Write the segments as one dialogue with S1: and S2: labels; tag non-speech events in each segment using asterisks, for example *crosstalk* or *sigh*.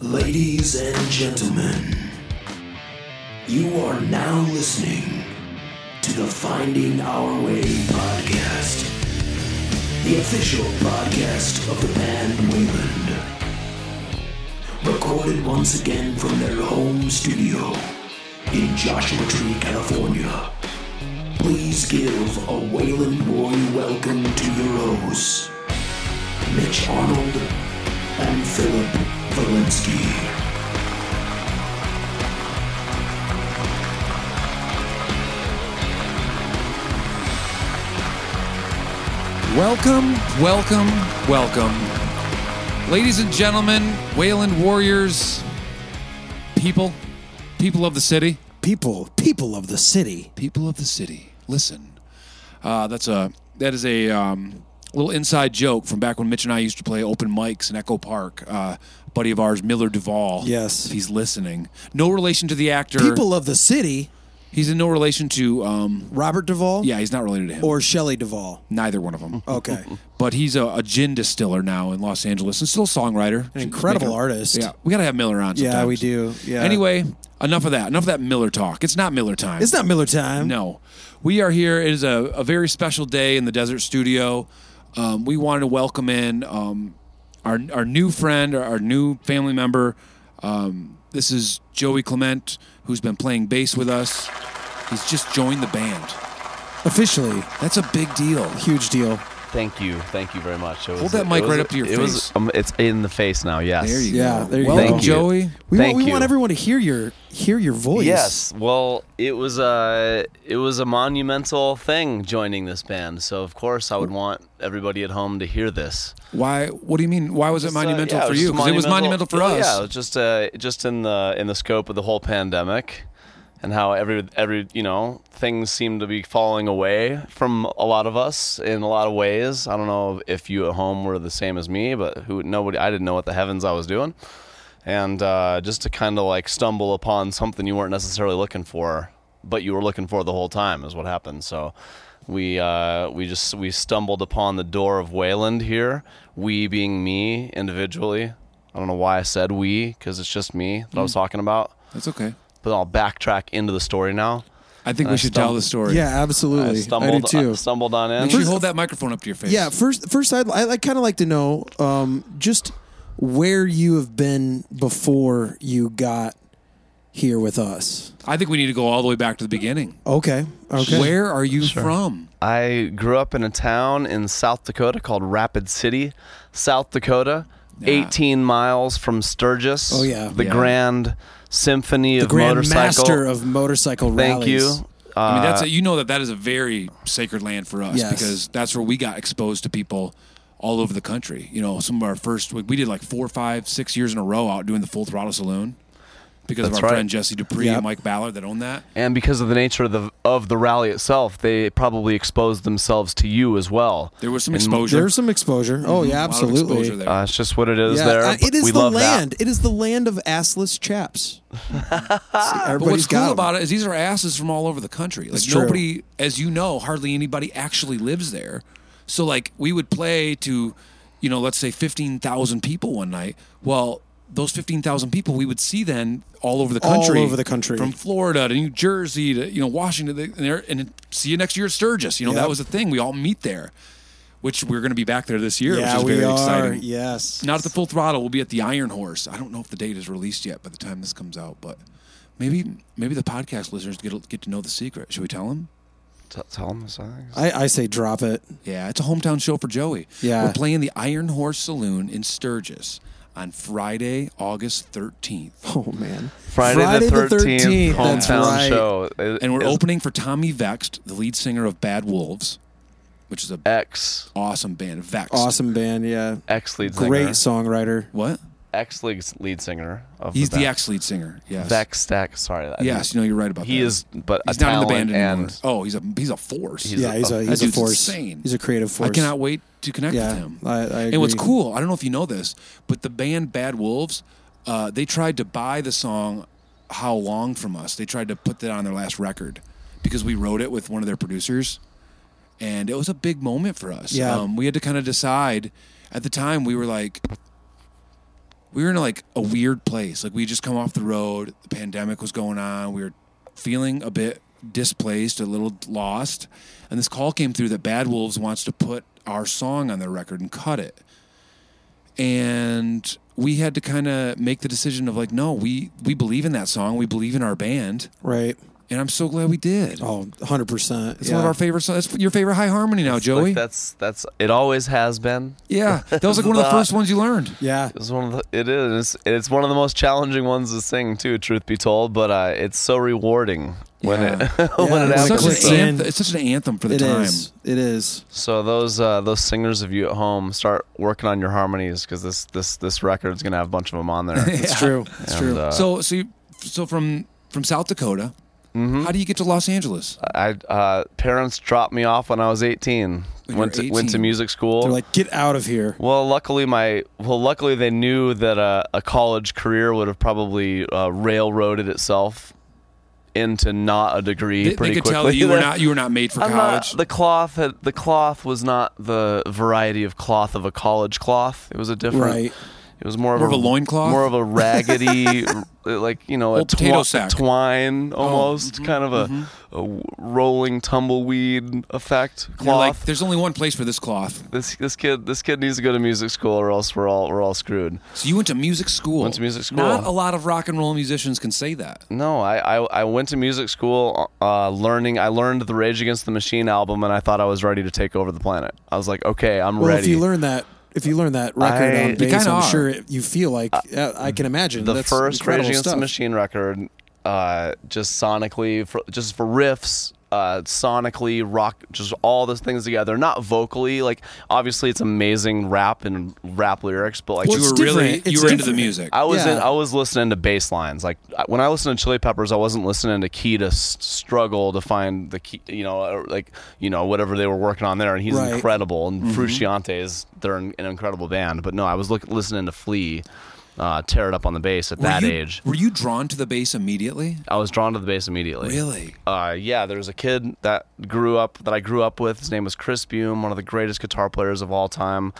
S1: Ladies and gentlemen, you are now listening to the Finding Our Way podcast, the official podcast of the band Wayland. Recorded once again from their home studio in Joshua Tree, California. Please give a Wayland boy welcome to your hosts, Mitch Arnold and Philip Valinsky.
S2: Welcome, welcome, welcome. Ladies and gentlemen, Wayland Warriors, people, people of the city,
S3: people people of the city
S2: people of the city, listen. Uh, that's a that is a um, little inside joke from back when Mitch and I used to play open mics in Echo Park. Uh, buddy of ours, Miller Duvall.
S3: Yes.
S2: if he's listening. No relation to the actor.
S3: people of the city
S2: He's in no relation to. Um,
S3: robert duvall
S2: yeah, he's not related to him.
S3: or shelley duvall
S2: neither one of them. *laughs*
S3: okay
S2: but he's a, a gin distiller now in Los Angeles and still a songwriter. An
S3: incredible artist.
S2: Yeah, we got to have Miller on. Sometimes.
S3: yeah we do yeah
S2: Anyway, enough of that. Enough of that Miller talk. It's not Miller time.
S3: it's not miller time
S2: No, we are here. It is a, a very special day in the Desert Studio. Um, we wanted to welcome in um, our our new friend, our, our new family member. Um, this is Joey Clement, who's been playing bass with us. He's just joined the band.
S3: officially
S2: That's a big deal.
S3: huge deal
S4: Thank you, thank you very much. It
S2: Hold
S4: was-
S2: that
S4: it
S2: mic
S4: was-
S2: right up to your
S4: it was-
S2: face.
S4: um, it's in the face now. Yes.
S2: There you
S3: Yeah,
S2: go.
S3: there you go.
S2: Welcome,
S3: Thank
S4: you.
S2: Joey.
S3: we,
S4: Thank
S3: want, we
S4: you.
S3: want everyone to hear your hear your voice
S4: Yes. Well, it was a it was a monumental thing joining this band. So of course, I would
S2: Mm-hmm.
S4: want everybody at home to hear this.
S2: Why? What do you mean? Why was it
S4: Just, uh,
S2: monumental
S4: yeah,
S2: for
S4: was
S2: you?
S4: just
S2: Because it was monumental for
S4: well,
S2: us.
S4: Yeah, it was just uh, just in the in the scope of the whole pandemic, and how every every you know things seem to be falling away from a lot of us in a lot of ways. I don't know if you at home were the same as me, but who nobody I didn't know what the heavens I was doing, and uh, just to kind of like stumble upon something you weren't necessarily looking for, but you were looking for the whole time is what happened. So we uh, we just we stumbled upon the door of Wayland here. We being me individually. I don't know why I said we because it's just me that
S3: Hmm.
S4: I was talking about.
S2: That's okay.
S4: But I'll backtrack into the story now.
S2: I think we
S4: I
S2: should
S4: stumbled-
S2: tell the story.
S3: yeah absolutely
S4: I stumbled
S3: do too
S4: I stumbled on in.
S2: Make sure you hold that microphone up to your face.
S3: yeah first first i'd, i kind of like to know um just where you have been before you got here with us
S2: I think we need to go all the way back to the beginning.
S3: okay okay
S2: Where are you from?
S4: I grew up in a town in South Dakota called Rapid City, South Dakota, 18 miles from Sturgis.
S3: Oh, yeah.
S4: The
S2: Yeah.
S4: Grand Symphony of
S3: grand
S4: Motorcycle.
S3: master of motorcycle
S4: Thank you.
S3: rallies.
S4: Uh,
S2: I mean, that's a, you know that that is a very sacred land for us
S3: Yes.
S2: because that's where we got exposed to people all over the country. You know, some of our first we, we did like four, five, six years in a row out doing the Full Throttle Saloon because
S4: That's
S2: of our
S4: right.
S2: friend Jesse Dupree
S3: Yep.
S2: and Mike Ballard that owned that.
S4: and because of the nature of the of the rally itself, they probably exposed themselves to you as well.
S2: There was some
S4: And
S2: exposure.
S3: There's some exposure. Oh
S2: Mm-hmm. A lot
S3: yeah,
S2: of
S3: absolutely.
S2: exposure there.
S4: Uh, it's just what it is
S3: Yeah,
S4: there.
S3: uh, it
S4: but
S3: is
S4: we
S3: the
S4: love that.
S3: land. It is the land of assless chaps.
S2: *laughs*
S3: See,
S2: But
S3: everybody's
S2: what's cool
S3: got 'em.
S2: about it is these are asses from all over the country. Like
S3: It's true.
S2: nobody, as you know, hardly anybody actually lives there. So like we would play to, you know, let's say fifteen thousand people one night. Well, those fifteen thousand people we would see then all over the
S3: All
S2: country,
S3: over the country.
S2: from Florida to New Jersey to you know Washington, and, there, and see you next year at Sturgis. You know that
S3: Yep.
S2: was the thing. We all meet there, which we're going to be back there this year,
S3: Yeah,
S2: which is
S3: we
S2: very
S3: are.
S2: exciting.
S3: Yes.
S2: Not at the full throttle. We'll be at the Iron Horse. I don't know if the date is released yet by the time this comes out, but maybe maybe the podcast listeners get get to know the secret. Should we tell them?
S4: T- tell 'em the songs.
S3: I, I say drop it. *laughs*
S2: Yeah, it's a hometown show for Joey.
S3: Yeah.
S2: we're playing the Iron Horse Saloon in Sturgis on Friday, August thirteenth,
S3: Oh man.
S4: Friday, the 13th,
S3: That's
S4: hometown
S3: right.
S4: show. It-
S2: and we're
S4: it's
S2: opening for Tommy Vexed, the lead singer of Bad Wolves, which is a
S4: X
S2: awesome band. Vexed,
S3: Awesome band. Yeah.
S4: X lead singer.
S3: Great songwriter.
S2: What?
S4: X lead lead singer of
S2: He's the
S4: Vex-
S2: ex lead singer. Yes.
S4: Vex Stack. Sorry, I-
S2: Yes, you know you're right about
S4: he
S2: that.
S4: is, but
S2: He's
S4: a
S2: not in the band
S4: talent
S2: anymore.
S4: and
S2: Oh, he's a he's a force.
S4: He's
S3: Yeah,
S4: a-
S3: he's a
S4: that
S3: he's a
S2: dude's
S3: force.
S2: insane.
S3: He's a creative force.
S2: I cannot wait to connect
S3: Yeah,
S2: with him.
S3: I- I
S2: And what's
S3: agree.
S2: cool, I don't know if you know this, but the band Bad Wolves, uh, they tried to buy the song "How Long" from us. They tried to put that on their last record because we wrote it with one of their producers, and it was a big moment for us.
S3: Yeah.
S2: Um, we had to kind of decide. At the time, we were like, we were in like a weird place. Like we just come off the road, the pandemic was going on, we were feeling a bit displaced, a little lost, and this call came through that Bad Wolves wants to put our song on their record and cut it. And we had to kind of make the decision of like, no, we we believe in that song, we believe in our band,
S3: Right.
S2: and I'm so glad we did.
S3: Oh, 100%.
S2: It's one of our favorite songs. That's your favorite high harmony now, Joey.
S4: Like that's that's it. Always has been.
S2: yeah, that was like one of the
S4: That-
S2: first ones you learned.
S3: Yeah.
S4: It's one of the, it is. It's one of the most challenging ones to sing, too. Truth be told, but uh, it's so rewarding when it *laughs* when it
S3: Yeah,
S2: It's
S3: when it
S2: such,
S4: happens.
S3: clicks
S2: an
S4: So,
S3: in.
S2: anthem, it's such an anthem for the
S3: It is.
S2: time.
S3: It is.
S4: so those uh, those singers of you at home, start working on your harmonies because this this this record is gonna have a bunch of
S2: *laughs*
S4: them on there.
S3: It's true. It's
S4: And,
S3: true.
S4: uh,
S2: So, so, you, so from from South Dakota,
S3: Mm-hmm.
S2: how do you get to Los Angeles?
S4: I uh, parents dropped me off when I was 18.
S2: When you
S4: went
S2: were
S4: to went to
S2: 18.
S4: music school.
S3: They're like, get out of here.
S4: well, luckily my well, luckily they knew that uh, a college career would have probably uh, railroaded itself into not a degree
S2: They, they
S4: pretty
S2: could
S4: quickly.
S2: tell that you
S4: *laughs*
S2: were not you were not made for
S4: I'm not-
S2: college.
S4: the cloth had, the cloth was not the variety of cloth of a college cloth. It was a different.
S3: Right.
S4: It was more,
S2: More
S4: of
S2: of a loincloth?
S4: more of
S2: *laughs*
S4: a raggedy, r- like you know, a
S2: Old potato
S4: twi-
S2: sack. Oh, mm-hmm,
S4: twine almost, kind of a, a w- rolling tumbleweed effect
S2: You're like,
S4: cloth.
S2: there's only one place for this cloth.
S4: this this kid this kid needs to go to music school or else we're all we're all screwed.
S2: So you went to music school.
S4: Went to music school.
S2: Not a lot of rock and roll musicians can say that.
S4: No, I, I, I went to music school uh, learning. I learned the Rage Against the Machine album, and I thought I was ready to take over the planet. I was like, okay, I'm
S3: Well,
S4: ready.
S3: if you learn that, if you learn that record
S4: I-
S3: on
S4: You
S3: bass,
S2: kinda
S3: I'm
S2: are.
S3: sure it, you feel like yeah, I can imagine
S4: the
S3: That's
S4: first Rage
S3: incredible
S4: Against
S3: stuff.
S4: the Machine record, uh, just sonically, for, just for riffs, uh, sonically, rock, just all those things together. Not vocally, like obviously it's amazing rap and rap lyrics, but like
S3: Well,
S2: you
S3: it's
S2: were really
S3: different.
S2: you
S3: It's
S2: were into the
S3: different.
S2: music.
S4: I was
S3: Yeah.
S4: in, I was listening to bass lines. Like I- when I listened to Chili Peppers, I wasn't listening to Key to s- struggle to find the key, you know, or, like you know whatever they were working on there. And he's
S3: Right.
S4: incredible. And
S2: Mm-hmm.
S4: Frusciante is they're an, an incredible band. But no, I was look, listening to Flea, uh, tear it up on the bass at
S2: were
S4: that
S2: you,
S4: age.
S2: were you drawn to the bass immediately?
S4: I was drawn to the bass immediately.
S2: Really?
S4: Uh, yeah, there was a kid that grew up that I grew up with. His name was Chris Bume, one of the greatest guitar players of all time,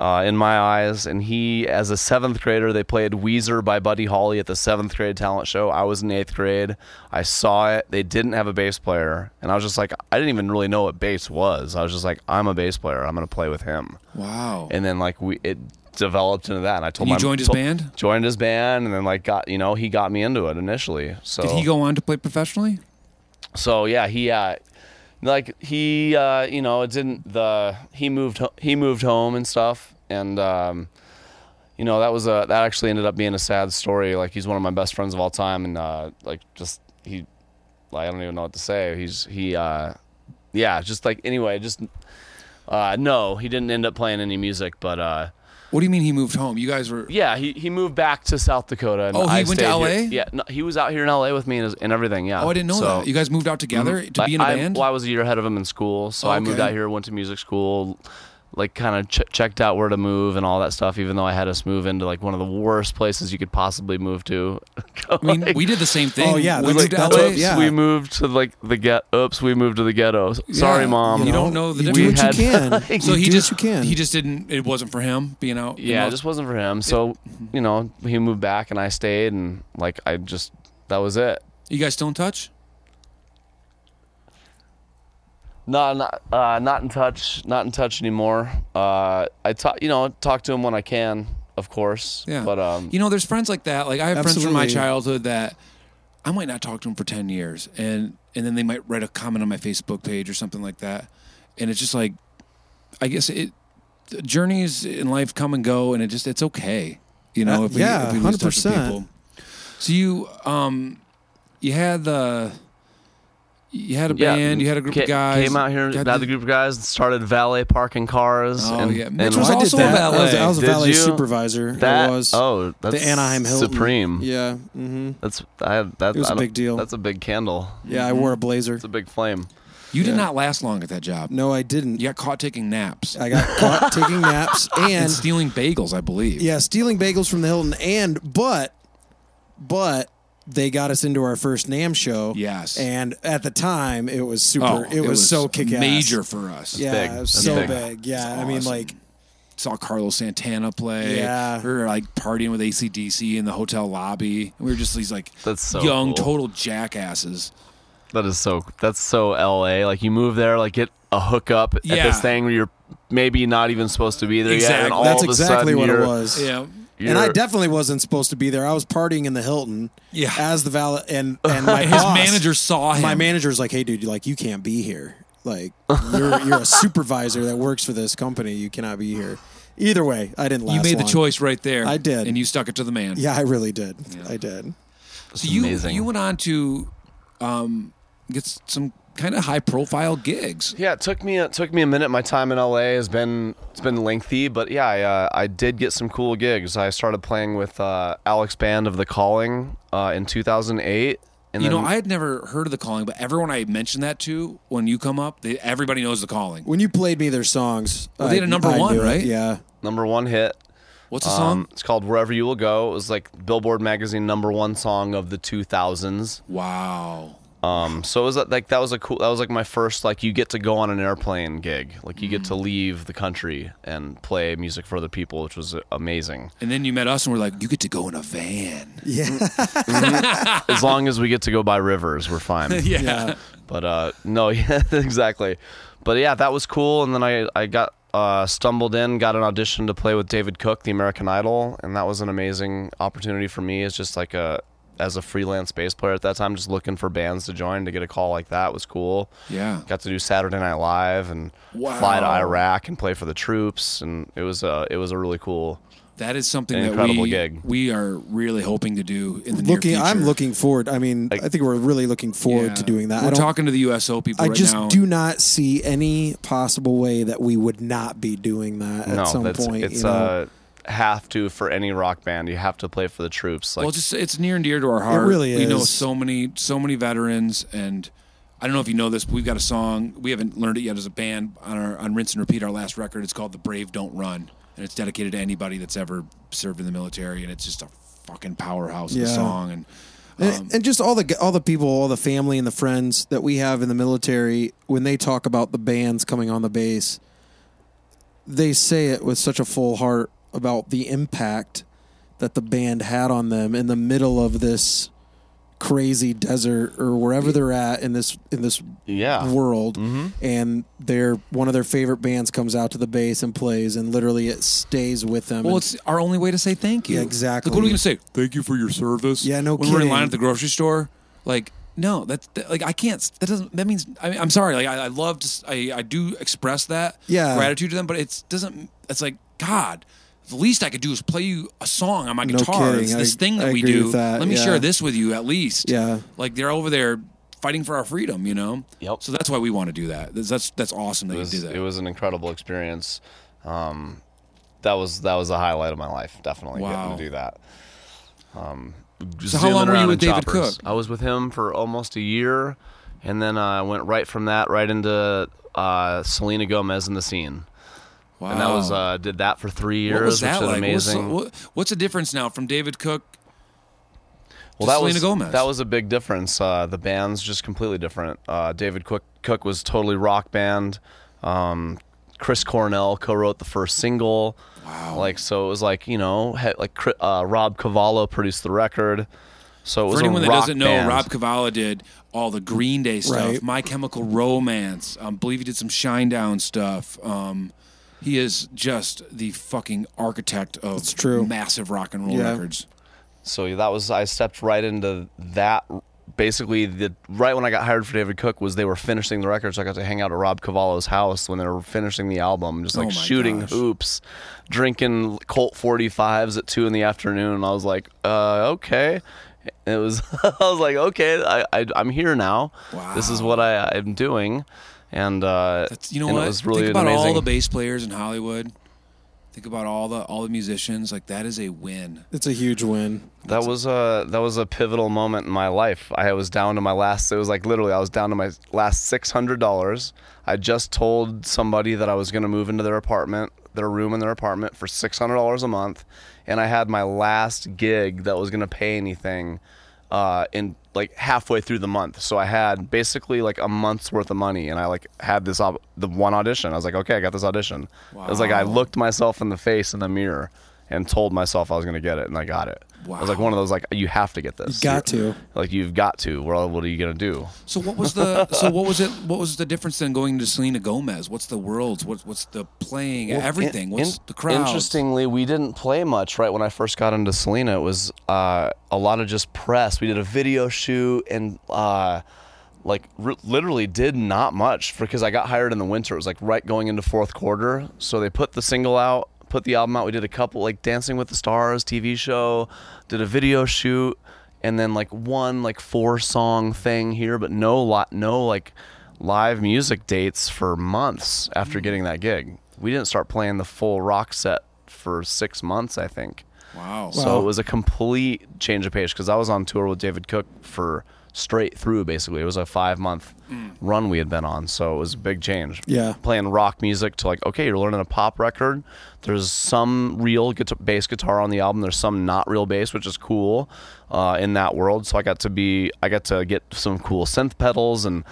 S4: uh, in my eyes. And he, as a seventh grader, they played Weezer by Buddy Holly at the seventh grade talent show. I was in eighth grade. I saw it. They didn't have a bass player, and I was just like, I didn't even really know what bass was. I was just like, I'm a bass player. I'm gonna play with him.
S2: Wow.
S4: And then like we it developed into that. And I told
S2: And you
S4: my
S2: joined his
S4: told-
S2: band?
S4: Joined his band, and then like got you know he got me into it initially. So
S2: Did he go on to play professionally?
S4: so yeah, he uh, like he uh, you know it didn't the he moved ho- he moved home and stuff and um, you know that was a that actually ended up being a sad story. Like he's one of my best friends of all time and uh, like just he like, I don't even know what to say. He's he uh, yeah just like anyway just uh, no he didn't end up playing any music but uh,
S2: What do you mean he moved home? You guys were
S4: yeah he, he moved back to South Dakota. And
S2: Oh, he
S4: I
S2: went to
S4: stayed here.
S2: LA?
S4: Yeah, no, he was out here in L.A. with me and, his- and everything. Yeah.
S2: Oh, I didn't know
S4: So- Mm-hmm.
S2: that. You guys moved out together to
S4: I-
S2: be in a
S4: I,
S2: band?
S4: Well, I was a year ahead of him in school, so
S2: Oh,
S4: I moved
S2: okay.
S4: out here, went to music school, like kind of ch- checked out where to move and all that stuff. Even though I had us move into like one of the worst places you could possibly move to. *laughs*
S2: I mean, we did the same thing.
S3: Oh, yeah,
S2: we
S3: that's-
S2: moved to
S3: that's
S2: LA.
S3: what- yeah.
S4: We moved to like the get. Oops, we moved to the ghetto. Sorry,
S2: Yeah.
S4: mom.
S2: You don't know the
S3: you do
S2: difference.
S3: what you
S4: We
S3: can.
S4: had- *laughs*
S2: So
S3: You
S2: he
S3: do
S2: just
S3: what you can.
S2: he just didn't. It wasn't for him being out. in
S4: yeah, it
S2: Los-
S4: just wasn't for him. So you know, he moved back and I stayed, and like I just that was it.
S2: you guys still in touch?
S4: No, not uh, not in touch. Not in touch anymore. Uh, I talk, you know, talk to him when I can, of course.
S2: Yeah.
S4: But um,
S2: you know, there's friends like that. Like I have friends from my
S3: Absolutely.
S2: childhood that I might not talk to them for ten years, and and then they might write a comment on my Facebook page or something like that, and it's just like, I guess it the journeys in life come and go, and it just it's okay, you know.
S3: Uh,
S2: if we,
S3: yeah,
S2: if we lose touch with
S3: 100%.
S2: people. So you um, you had the. You had a band. You had a group
S4: ca-
S2: of guys.
S4: Came out here,
S2: got
S4: had
S2: the-
S4: the group of guys, and started valet parking cars.
S2: Oh,
S4: and,
S2: yeah.
S4: and
S2: Mitch was
S3: I did
S2: also a
S3: that. I was,
S2: valet.
S3: I was a
S4: Did
S3: valet
S4: you?
S3: supervisor.
S4: that.
S3: I was.
S4: Oh, that's
S3: the Anaheim Hilton.
S4: Supreme.
S3: Yeah. hmm
S4: That's I. That,
S3: It was a
S4: I don't-
S3: big deal.
S4: That's a big candle.
S3: Yeah, I wore a blazer.
S4: It's a big flame.
S2: You did not last long at that job.
S3: No, I didn't.
S2: You got caught taking naps
S3: I got
S2: *laughs*
S3: caught taking naps
S2: and
S3: and
S2: stealing bagels, I believe.
S3: yeah, stealing bagels from the Hilton and but but they got us into our first NAM show.
S2: Yes.
S3: And at the time it was super
S2: Oh,
S3: it, was, so kick ass.
S2: Major for us.
S3: Yeah,
S4: big.
S3: it was
S4: That's
S3: so
S4: big.
S3: big. Yeah.
S2: That's
S3: I mean
S2: awesome.
S3: like
S2: saw Carlos Santana play.
S3: Yeah.
S2: We were like partying with ACDC in the hotel lobby. We were just these like
S4: That's so
S2: young,
S4: cool.
S2: total jackasses.
S4: That is so. That's so LA. Like you move there, like get a hookup at
S2: Yeah.
S4: this thing where you're maybe not even supposed to be there yet.
S2: Exactly.
S4: And all
S3: That's
S4: of a
S3: exactly
S4: sudden
S3: what it
S4: you're-
S3: was.
S2: Yeah.
S3: And I
S4: you're-
S3: definitely wasn't supposed to be there. I was partying in the Hilton.
S2: Yeah.
S3: As the valet,
S4: *laughs*
S3: and and my
S2: *laughs* His
S3: boss-
S2: manager saw him.
S3: My manager's like, "Hey, dude, you like you can't be here.
S4: *laughs*
S3: Like, you're you're a supervisor that works for this company. You cannot be here." Either way, I didn't last.
S2: You made the
S3: long.
S2: choice right there.
S3: I did.
S2: And you stuck it to the man.
S3: Yeah, I really did. I did.
S2: So you
S4: amazing.
S2: you went on to um, get s- some kind of high profile gigs.
S4: Yeah, it took me it took me a minute. My time in LA has been it's been lengthy, but yeah, I, uh, I did get some cool gigs. I started playing with uh, Alex Band of The Calling uh, in 2008. And
S2: You
S4: then,
S2: know, I had never heard of the calling, but everyone I mentioned that to when you come up, they, everybody knows the calling.
S3: When you played me their songs,
S2: Well, they had a number one,
S3: knew it.
S2: right?
S3: Yeah.
S4: number one hit.
S2: What's the
S4: Um,
S2: song?
S4: it's called Wherever You Will Go. It was like Billboard magazine number one song of the 2000s.
S2: Wow.
S4: Um, so it was uh, like that was a cool. That was like my first like you get to go on an airplane gig. Like you get
S2: Mm.
S4: to leave the country and play music for other people, which was uh, amazing.
S2: And then you met us, and we're like, you get to go in a van.
S4: *laughs*
S3: Yeah.
S4: As long as we get to go by rivers, we're fine.
S2: *laughs* Yeah.
S4: But uh, no, *laughs* yeah, exactly. But yeah, that was cool. And then I I got uh, stumbled in, got an audition to play with David Cook, the American Idol, and that was an amazing opportunity for me. As just like a as a freelance bass player at that time, just looking for bands to join to get a call like that was cool.
S2: Yeah.
S4: got to do Saturday Night Live and
S2: Wow.
S4: fly to Iraq and play for the troops, and it was a it was a really cool.
S2: That is something
S4: An
S2: that
S4: incredible
S2: we,
S4: gig.
S2: we are really hoping to do in the
S3: looking,
S2: near future.
S3: I'm looking forward. I mean, I think we're really looking forward
S2: Yeah.
S3: to doing that. I
S2: We're
S3: don't-
S2: talking to the USO people
S3: I
S2: right
S3: just
S2: now.
S3: do not see any possible way that we would not be doing that at
S4: no,
S3: some
S4: that's
S3: point.
S4: it's
S3: you know?
S4: uh have to for any rock band. You have to play for the troops. Like
S2: well, just it's near and dear to our heart.
S3: really
S2: We know
S3: is.
S2: so many, so many veterans, and I don't know if you know this, but we've got a song. We haven't learned it yet as a band on our on Rinse and Repeat, our last record. It's called "The Brave Don't Run," and it's dedicated to anybody that's ever served in the military. And it's just a fucking powerhouse of a
S3: Yeah.
S2: song. And
S4: um,
S3: and, and just all the g- all the people, all the family and the friends that we have in the military, when they talk about the bands coming on the base, they say it with such a full heart about the impact that the band had on them in the middle of this crazy desert or wherever they're at in this in this
S4: Yeah.
S3: world
S4: Mm-hmm.
S3: and their one of their favorite bands comes out to the base and plays and literally it stays with them
S2: well,
S3: And-
S2: it's our only way to say thank you.
S3: Yeah, exactly.
S2: Like, what are we gonna say? Thank you for your service.
S3: Yeah, no
S2: When we're in line
S3: kidding.
S2: at the grocery store, like. No, that, that- like I can't. That doesn't. That means I mean, I'm sorry. Like I, I love to. s- I, I do express that
S3: Yeah.
S2: gratitude to them, but it doesn't. It's like God. The least I could do is play you a song on my guitar.
S3: kidding.
S2: It's this
S3: I-
S2: thing that
S3: I
S2: we
S3: agree
S2: do.
S3: with that,
S2: Let me
S3: yeah.
S2: share this with you at least.
S3: Yeah.
S2: Like they're over there fighting for our freedom. You know.
S4: Yep.
S2: So that's why we want to do that. That's that's, that's awesome that
S4: it was,
S2: you do that.
S4: it was an incredible experience. Um, that was that was the highlight of my life. Definitely
S2: Wow.
S4: getting to do that. Um,
S2: So how long were you with David Cook?
S4: I was with him for almost a year, and then uh, I went right from that right into uh, Selena Gomez in the scene,
S2: wow.
S4: and that was uh, did that for three years,
S2: Oh. what was that
S4: which was
S2: like? What was-
S4: amazing.
S2: what- what's the difference now from David Cook to
S4: Well, that
S2: Selena
S4: was
S2: Gomez.
S4: that was a big difference. Uh, the band's just completely different. Uh, David Cook, Cook was totally rock band. Um, Chris Cornell co-wrote the first single.
S2: Wow.
S4: Like so, it was like you know, had, like Cri- uh, Rob Cavallo produced the record. So it was
S2: For
S4: a
S2: anyone that
S4: rock
S2: doesn't know,
S4: band.
S2: Rob Cavallo did all the Green Day stuff,
S3: Right.
S2: My Chemical Romance. I um, believe he did some Shinedown stuff. Um, he is just the fucking architect of
S3: true.
S2: massive rock and roll
S3: Yeah.
S2: records.
S4: So that was I stepped right into that. Basically, the right when I got hired for David Cook was they were finishing the record, so I got to hang out at Rob Cavallo's house when they were finishing the album, just like
S2: Oh my
S4: shooting
S2: gosh.
S4: hoops, drinking Colt 45s at two in the afternoon. I was like, uh, okay. It was *laughs* I was like, okay, I, I I'm here now. This is
S2: Wow.
S4: what I, I'm doing, and uh,
S2: That's you know
S4: and
S2: what.
S4: It was really
S2: Think about
S4: amazing.
S2: all the bass players in Hollywood. Think about all the all the musicians. Like that is a win.
S3: it's a huge win
S4: That was a that was a pivotal moment in my life. I was down to my last. It was like literally, I was down to my last six hundred dollars. I just told somebody that I was going to move into their apartment, their room in their apartment for six hundred dollars a month, and I had my last gig that was going to pay anything uh, in like halfway through the month. So I had basically like a month's worth of money, and I like had this op- the one audition. I was like, okay, I got this audition. It was like I
S2: Wow.
S4: looked myself in the face in the mirror and told myself I was gonna get it, and I got it. It was like
S2: Wow.
S4: one of those like you have to get this.
S3: got
S4: You're-
S3: to.
S4: Like you've got to. Well, what are you gonna do?
S2: So what was the so what was it what was the difference then going to Selena Gomez? What's the worlds? What's what's the playing? everything.
S4: In-
S2: What's
S4: in-
S2: the crowd?
S4: Interestingly, we didn't play much right when I first got into Selena. It was uh, a lot of just press. We did a video shoot and uh, like r- literally did not much for because I got hired in the winter. It was like right going into fourth quarter, so they put the single out, put the album out. We did a couple like Dancing with the Stars TV show, did a video shoot, and then like one like four song thing here, but no lot no like live music dates for months after getting that gig. We didn't start playing the full rock set for six months, I think.
S2: Wow.
S4: So it was a complete change of pace because I was on tour with David Cook for straight through basically. It was a five month run we had been on, so it was a big change.
S3: Yeah.
S4: playing rock music to like okay, you're learning a pop record. There's some real guitar, bass guitar on the album. There's some not real bass, which is cool uh, in that world. So I got to be, I got to get some cool synth pedals and.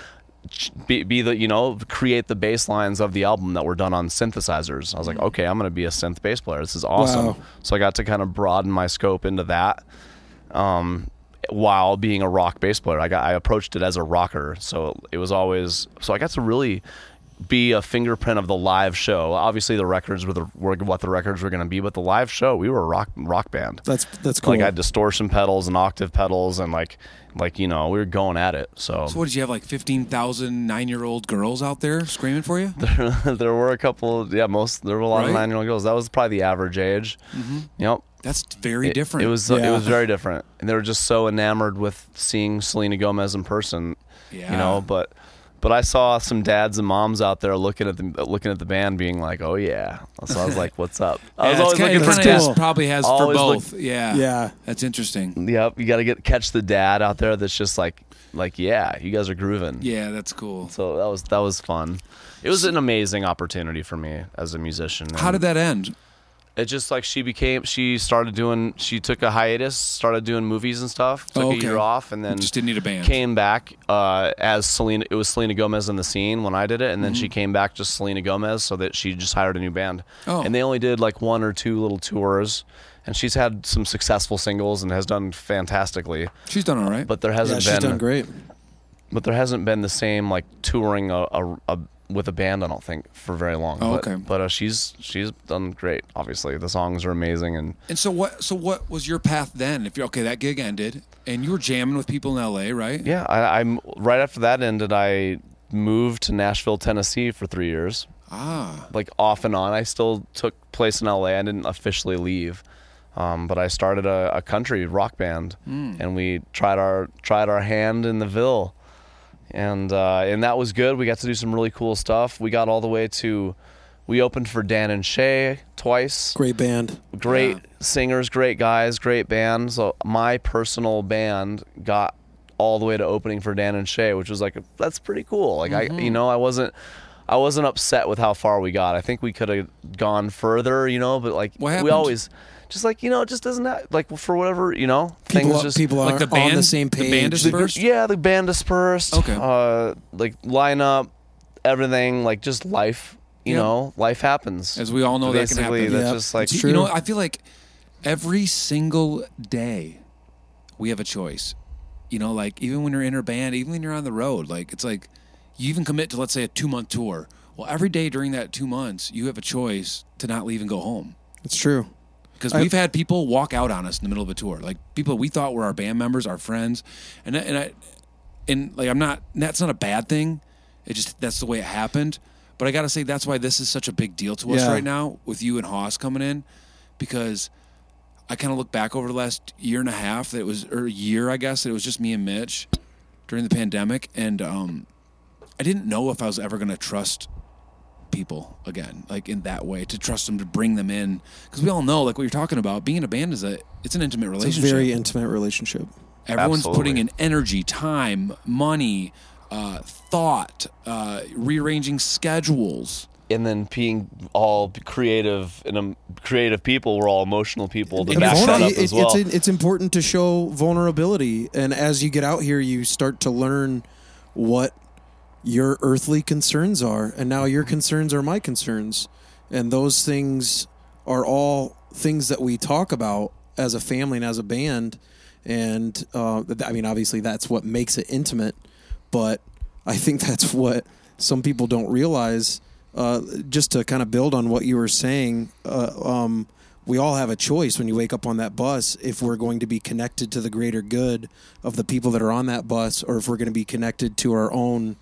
S4: ch- Be, be the you know create the bass lines of the album that were done on synthesizers. I was like, okay, I'm gonna be a synth bass player. This is awesome.
S3: Wow.
S4: So I got to kind of broaden my scope into that. Um, while being a rock bass player, I got I approached it as a rocker. So it was always so I got to really be a fingerprint of the live show. Obviously, the records were the were what the records were going to be, but the live show we were a rock rock band.
S3: That's that's cool.
S4: Like I had distortion pedals and octave pedals and like like you know we were going at it. So,
S2: So what did you have like 15,000 9-year-old girls out there screaming for
S4: *laughs*
S2: you?
S4: there were a couple. Yeah, most there were a lot of
S2: Right.
S4: nine year old girls. That was probably the average age. Yep.
S2: That's very
S4: It-
S2: different.
S4: It was uh,
S3: Yeah.
S4: it was very different, and they were just so enamored with seeing Selena Gomez in person.
S2: Yeah.
S4: You know, but but I saw some dads and moms out there looking at the looking at the band, being like, "Oh yeah." So I
S2: *laughs*
S4: was like, "What's up?" I was
S2: yeah, it's kinda- it
S3: for
S2: kinda
S3: dad.
S2: has- probably has for
S4: Always look-
S2: both. yeah.
S3: Yeah.
S2: That's interesting.
S4: Yep, you got to get catch the dad out there that's just like like yeah, you guys are grooving.
S2: Yeah, that's cool.
S4: So that was that was fun. It was an amazing opportunity for me as a musician.
S2: How
S4: and-
S2: did that end?
S4: It just like she became she started doing she took a hiatus, started doing movies and stuff, took
S2: Oh,
S4: a
S2: okay.
S4: year off and then
S2: Just didn't need a band.
S4: Came back uh, as Selena it was Selena Gomez in the scene when I did it and then she
S2: Mm-hmm.
S4: came back just Selena Gomez so that she just hired a new band.
S2: Oh.
S4: And they only did like one or two little tours and she's had some successful singles and has done fantastically,
S2: She's done all right.
S4: but there
S3: yeah,
S4: hasn't
S3: she's
S4: been
S3: done great.
S4: but there hasn't been the same like touring a, a, a with a band I don't think for very long.
S2: Oh,
S4: but,
S2: okay.
S4: But uh, she's she's done great. Obviously, the songs are amazing and
S2: and so what so what was your path then? If you're okay, that gig ended and you were jamming with people in LA, right?
S4: yeah, I, I'm right after that ended. I moved to Nashville, Tennessee for three years,
S2: Ah.
S4: like off and on. I still took place in LA. I didn't officially leave, um, but I started a, a country rock band, and we tried our tried our hand in the Ville, and uh, and that was good. We got to do some really cool stuff. We got all the way to. We opened for Dan and Shay twice
S3: Great band.
S4: great
S2: Yeah.
S4: singers, great guys, great band. So my personal band got all the way to opening for Dan and Shay, which was like that's pretty cool. Like I,
S2: Mm-hmm.
S4: you know, I wasn't. I wasn't upset with how far we got. I think we could have gone further, you know, but like
S2: What
S4: we
S2: happened?
S4: always just like, you know, it just doesn't ha- like for whatever, you know,
S3: People
S4: things just
S3: people
S2: Like
S3: are
S2: the
S3: on the
S2: band-
S3: same
S2: the
S3: page.
S2: band is- dispersed?
S4: yeah, the band dispersed.
S2: Okay.
S4: Uh, like lineup, everything, like just life. You
S2: Yeah.
S4: know, life happens.
S2: As we all know, that can
S4: Basically,
S2: happen.
S4: That's
S3: Yep.
S4: just like
S3: It's
S2: You know,
S3: True.
S2: I feel like every single day we have a choice. You know, like even when you're in a band, even when you're on the road, like it's like you even commit to let's say a two month tour. Well, every day during that two months, you have a choice to not leave and go home.
S3: It's true.
S2: Because we've had people walk out on us in the middle of a tour, like people we thought were our band members, our friends, and I- and I and like I'm not that's not a bad thing. It just that's the way it happened. But I got to say that's why this is such a big deal to us
S3: Yeah.
S2: right now with you and Haas coming in, because I kind of look back over the last year and a half that it was or year I guess that it was just me and Mitch during the pandemic, and um, I didn't know if I was ever gonna trust people again, like in that way, to trust them to bring them in, because we all know like what you're talking about. Being in a band is a it's an intimate
S3: It's a
S2: relationship.
S3: very intimate relationship.
S2: Everyone's
S4: Absolutely.
S2: putting in energy, time, money, uh, thought, uh, rearranging schedules.
S4: and then being all creative and um, creative people, we're all emotional people to
S3: And
S4: back that
S3: vulner-
S4: up
S3: it-
S4: as well.
S3: it's, it's important to show vulnerability, and as you get out here, you start to learn what your earthly concerns are, and now your concerns are my concerns, and those things are all things that we talk about as a family and as a band, and uh, th- I mean, obviously, that's what makes it intimate, but I think *laughs* that's what some people don't realize. Uh, just to kind of build on what you were saying, uh, um, we all have a choice when you wake up on that bus if we're going to be connected to the greater good of the people that are on that bus, or if we're going to be connected to our own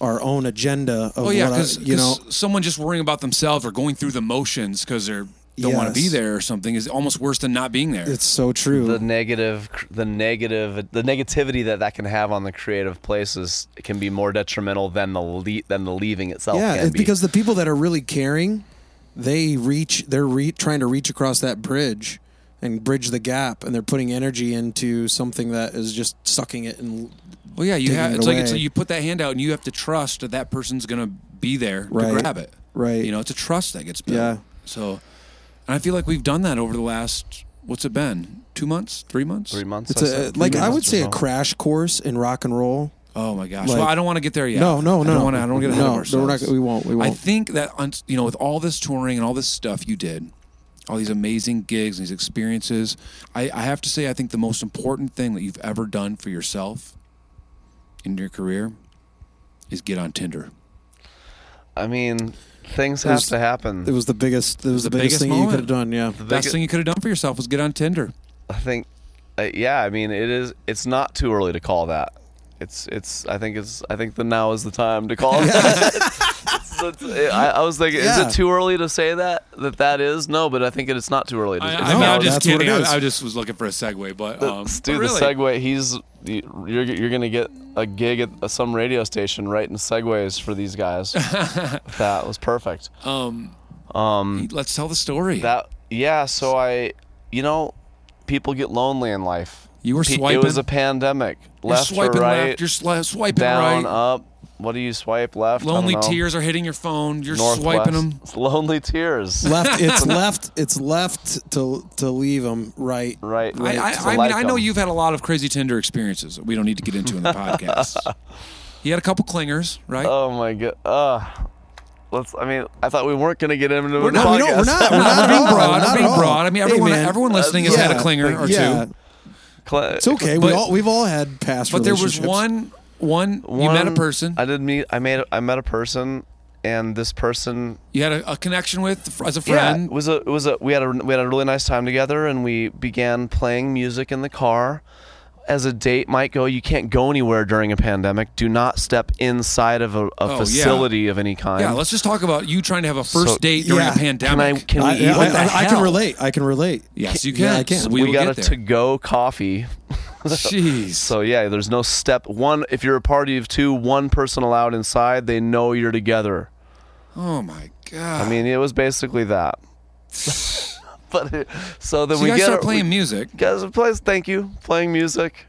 S3: our own agenda of
S2: Oh yeah,
S3: what I-
S2: because
S3: you know
S2: someone just worrying about themselves or going through the motions because they're don't want to be
S3: Yes.
S2: there or something is almost worse than not being there.
S3: it's so true.
S4: the negative, the negative, the negativity that that can have on the creative places can be more detrimental than the le- than the leaving itself.
S3: yeah,
S4: can
S3: it's
S4: be.
S3: because the people that are really caring, they reach they're re- trying to reach across that bridge and bridge the gap, and they're putting energy into something that is just sucking it and
S2: well, yeah, you
S3: digging
S2: have.
S3: it
S2: It's like it's
S3: away.
S2: like you put that hand out and you have to trust that that person's gonna be there to
S3: Right.
S2: grab it.
S3: Right.
S2: You know, it's a trust that gets built.
S3: Yeah.
S2: So, and I feel like we've done that over the last what's it been? Two months? Three months?
S4: three months.
S3: it's
S4: I
S3: a
S4: said.
S3: like
S4: Three
S3: I would
S4: months or
S3: say a
S4: so.
S3: crash course in rock and roll.
S2: Oh my gosh!
S3: Like-
S2: well, I don't want to get there yet.
S3: No, no,
S2: I
S3: no.
S2: don't want to. I don't get ahead
S3: No,
S2: of
S3: no,
S2: ourselves.
S3: we're not- we won't, we
S2: I
S3: won't.
S2: think that un- you know, with all this touring and all this stuff you did, all these amazing gigs and these experiences, I, I have to say, I think the most important thing that you've ever done for yourself in your career is get on Tinder.
S4: I mean, things
S3: It was-
S4: have to happen.
S3: It was the biggest. It was the,
S2: biggest
S3: biggest, thing you
S2: moment.
S3: could have done. Yeah.
S2: Best thing you could have done for yourself was get on Tinder.
S4: I think, uh, yeah, I mean, it is. It's not too early to call that. It's, it's. I think it's. I think the now is the time to call
S2: *laughs*
S4: that. It's- it's- I, I was thinking,
S3: Yeah.
S4: is it too early to say that? That that is no, but I think it is not too early. To, it's
S2: I, am
S3: mean,
S4: now
S3: I'm
S4: is-
S2: just
S3: that's what it
S2: kidding. I,
S3: is.
S2: I just was looking for a segue, but um,
S4: Let's
S2: but
S4: do
S2: really,
S4: the segue. He's you're you're gonna get a gig at some radio station writing segues for
S2: *laughs*
S4: these guys. that was perfect.
S2: Um, Let's tell the story.
S4: That yeah. So I, you know, people get lonely in life.
S2: You were
S4: Pe-
S2: swiping-
S4: It was a pandemic.
S2: you're
S4: left or
S2: swiping
S4: right,
S2: left. You're sli- swiping
S4: down,
S2: right.
S4: up. What do you swipe left? I don't
S2: Lonely
S4: know.
S2: tears are hitting your phone. You're
S4: Northwest.
S2: swiping them.
S4: It's *laughs* lonely
S3: *laughs*
S4: tears.
S2: *laughs*
S3: left. It's left. It's left to to leave them right.
S4: right.
S2: I, I,
S4: to
S2: I mean,
S4: like
S2: I know
S4: 'em.
S2: you've had a lot of crazy Tinder experiences. that We don't need to get into
S4: *laughs*
S2: in the podcast. You had a couple clingers, right?
S4: Oh my god. Uh, let's. I mean, I thought we weren't gonna get into the
S3: No,
S4: podcast.
S3: we don't, we're not. We're
S2: No,
S3: not
S2: we're
S4: *laughs*
S2: being
S3: at all,
S2: broad.
S3: not
S2: We're
S3: at
S2: being
S3: all.
S2: broad. I mean,
S3: Hey,
S2: everyone,
S3: man.
S4: Uh,
S2: everyone listening has had a
S3: yeah.
S2: clinger or
S3: yeah.
S2: two.
S4: Cla-
S3: It's okay. we
S2: But-
S3: all we've all had past.
S2: But there was
S3: relationships.
S2: one, one, you met a
S4: One,
S2: person
S4: I did meet. I made. a- I met a person, and this person
S2: you had a, a connection with as a
S4: Yeah, it
S2: friend.
S4: was a it was a we had a we had a really nice time together, and we began playing music in the car. As a date might go, you can't go anywhere during a pandemic. Do not step inside of a, a
S2: Oh, yeah.
S4: facility of any kind.
S2: Yeah, let's just talk about you trying to have a first
S4: So-
S2: date during
S3: Yeah.
S2: a pandemic.
S4: can I? Can we?
S3: I,
S4: eat?
S3: yeah,
S4: What the
S3: I, I can
S4: hell? *laughs*
S3: relate. I can relate.
S2: yes, you can.
S3: Yeah, I can.
S2: So
S4: We,
S2: we, will
S4: got
S2: get there.
S4: a to-go coffee.
S2: Jeez.
S4: So yeah, there's no step one. If you're a party of two, one person allowed inside. They know you're together.
S2: oh my god.
S4: I mean, it was basically that. *laughs* but it- so then
S2: so
S4: we
S2: you guys
S4: get
S2: start
S4: we-
S2: playing music.
S4: guys plays thank you playing music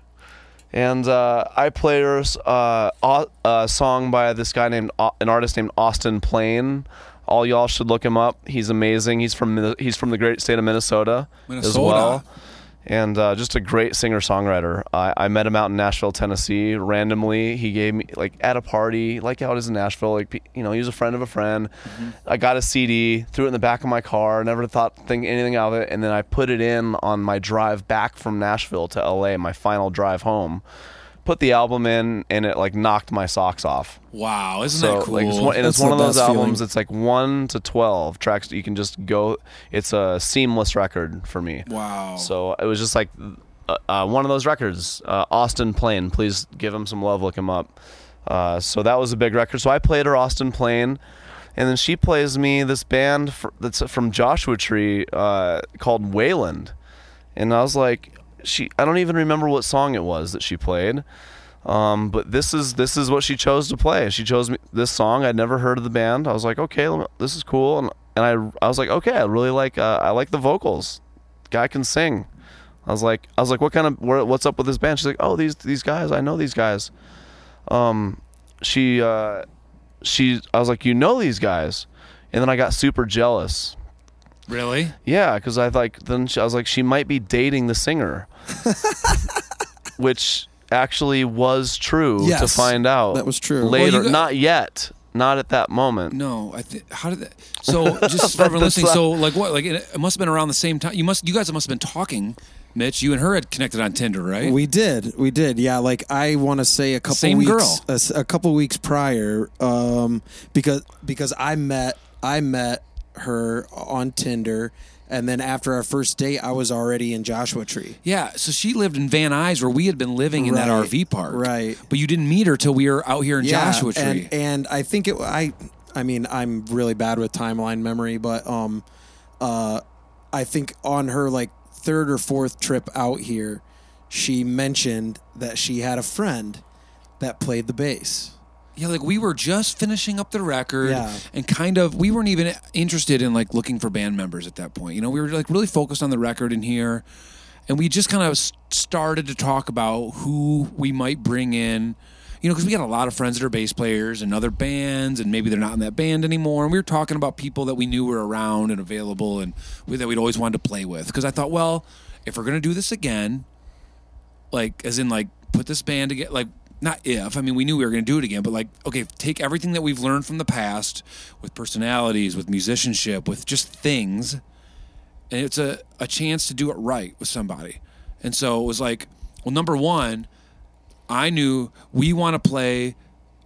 S4: and uh, i play her uh, au- a song by this guy named Au- an artist named austin plain all y'all should look him up he's amazing he's from Min- he's from the great state of minnesota, as
S2: Minnesota.
S4: well and uh, just a great singer songwriter I, I met him out in nashville tennessee randomly he gave me like at a party like how it is in nashville like pe- you know he was a friend of a friend i got a cd threw it in the back of my car never thought think anything of it and then i put it in on my drive back from nashville to la my final drive home put the album in and it like knocked my socks off
S2: Wow, isn't
S4: so
S2: that cool?
S4: like it's one, and it's
S3: That's
S4: one of
S3: the
S4: those
S3: best
S4: albums.
S3: feeling.
S4: It's like one to twelve tracks that you can just go. It's a seamless record for me.
S2: wow.
S4: So it was just like uh, uh, one of those records. Uh, Austin Plain, please give him some love. Look him up. Uh, so that was a big record. So I played her Austin Plain, and then she plays me this band fr- that's from Joshua Tree uh, called Wayland, and I was like, she. I don't even remember what song it was that she played. Um, but this is this is what she chose to play. She chose me, this song. I'd never heard of the band. I was like, okay, let me- this is cool, and and I I was like, okay, I really like uh, I like the vocals. Guy can sing. I was like, I was like, what kind of where, what's up with this band? She's like, oh, these these guys. I know these guys. Um, she uh, she I was like, you know these guys. and then I got super jealous.
S2: Really?
S4: Yeah, because I like then she, I was like she might be dating the singer,
S3: *laughs*
S4: which actually was true to
S3: Yes,
S4: find out
S3: that was true. Well,
S4: later.
S2: you got-
S4: not yet, not at that moment.
S2: No, I think. How did that? So
S4: *laughs*
S2: just for everyone listening, so like what? Like it, it must have been around the same time. You must. You guys must have been talking, Mitch. You and her had connected on Tinder, right?
S3: We did, we did, yeah. Like I want to say a couple
S2: Same
S3: weeks,
S2: girl.
S3: A, s- a couple weeks prior, um, because because I met I met her on Tinder, and then after our first date, I was already in Joshua Tree.
S2: yeah. So she lived in Van Nuys, where we had been living in that
S3: Right,
S2: RV park.
S3: right.
S2: But you didn't meet her till we were out here in Joshua Tree.
S3: And, and I think it. I I mean, I'm really bad with timeline memory, but um, uh, I think on her like third or fourth trip out here, she mentioned that she had a friend that played the bass.
S2: Yeah, like we were just finishing up the record
S3: Yeah.
S2: and kind of we weren't even interested in like looking for band members at that point. You know, we were like really focused on the record in here and we just kind of s- started to talk about who we might bring in. You know, because we got a lot of friends that are bass players and other bands, and maybe they're not in that band anymore. And we were talking about people that we knew were around and available, and we, that we'd always wanted to play with. Because I thought, well, if we're gonna do this again, like as in like put this band together like not if i mean we knew we were going to do it again but like okay take everything that we've learned from the past with personalities with musicianship with just things and it's a, a chance to do it right with somebody and so it was like well number one i knew we want to play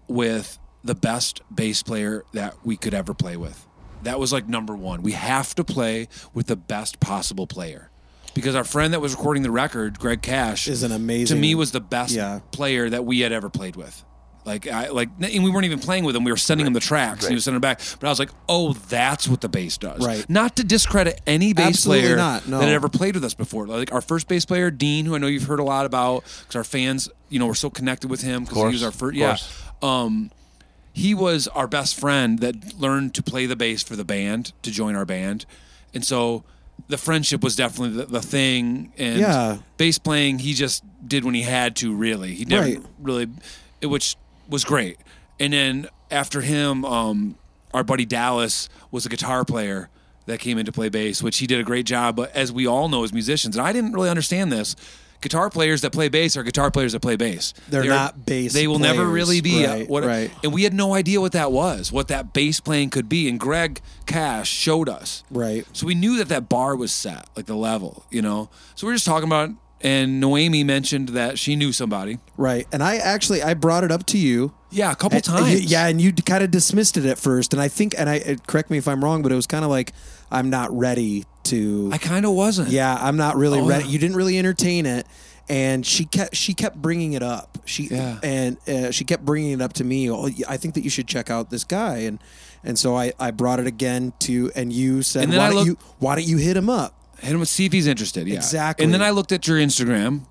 S2: with the best bass player that we could ever play with that was like number one we have to play with the best possible player because our friend that was recording the record greg cash
S3: Is an amazing-
S2: to me was the best
S3: Yeah.
S2: player that we had ever played with. Like I like, and we weren't even playing with him. We were sending him the tracks, and he was sending them back. But I was like, "Oh, that's what the bass does."
S3: Right.
S2: Not to discredit any bass
S3: Absolutely
S2: player
S3: not, no.
S2: that had ever played with us before. Like our first bass player, Dean, who I know you've heard a lot about, because our fans, you know, were so connected with him because he
S4: course,
S2: was our first.
S4: of
S2: Yeah.
S4: course.
S2: Um, he was our best friend that learned to play the bass for the band to join our band, and so the friendship was definitely the, the thing. And
S3: Yeah.
S2: bass playing, he just did when he had to. Really, he never
S3: Right.
S2: really, it- which was great. And then after him, um, our buddy Dallas was a guitar player that came in to play bass, which he did a great job. But as we all know as musicians, and I didn't really understand this. Guitar players that play bass are guitar players that play bass.
S3: They're not bass
S2: They will never
S3: players.
S2: really be uh,
S3: Right,
S2: what.
S3: right.
S2: And we had no idea what that was, what that bass playing could be. And Greg Cash showed us.
S3: Right.
S2: So we knew that that bar was set, like the level, you know. So we were just talking about, it, and Noemi mentioned that she knew somebody.
S3: Right. And I actually I brought it up to you.
S2: Yeah, a couple
S3: And- and
S2: times.
S3: you- Uh, yeah, and you kind of dismissed it at first, and I think, and I it- correct me if I'm wrong, but it was kind of like I'm not ready to.
S2: I kind of wasn't.
S3: yeah, I'm not really
S2: Oh,
S3: ready.
S2: yeah.
S3: You didn't really entertain it, and she kept she kept bringing it up. She
S2: Yeah.
S3: and uh, she kept bringing it up to me. Oh, I think that you should check out this guy, and and so I I brought it again to, and you said,
S2: And then
S3: why
S2: I
S3: don't
S2: looked-
S3: you why don't you hit him up?
S2: Hit him with see if he's interested. Yeah,
S3: Exactly.
S2: And then I looked at your Instagram,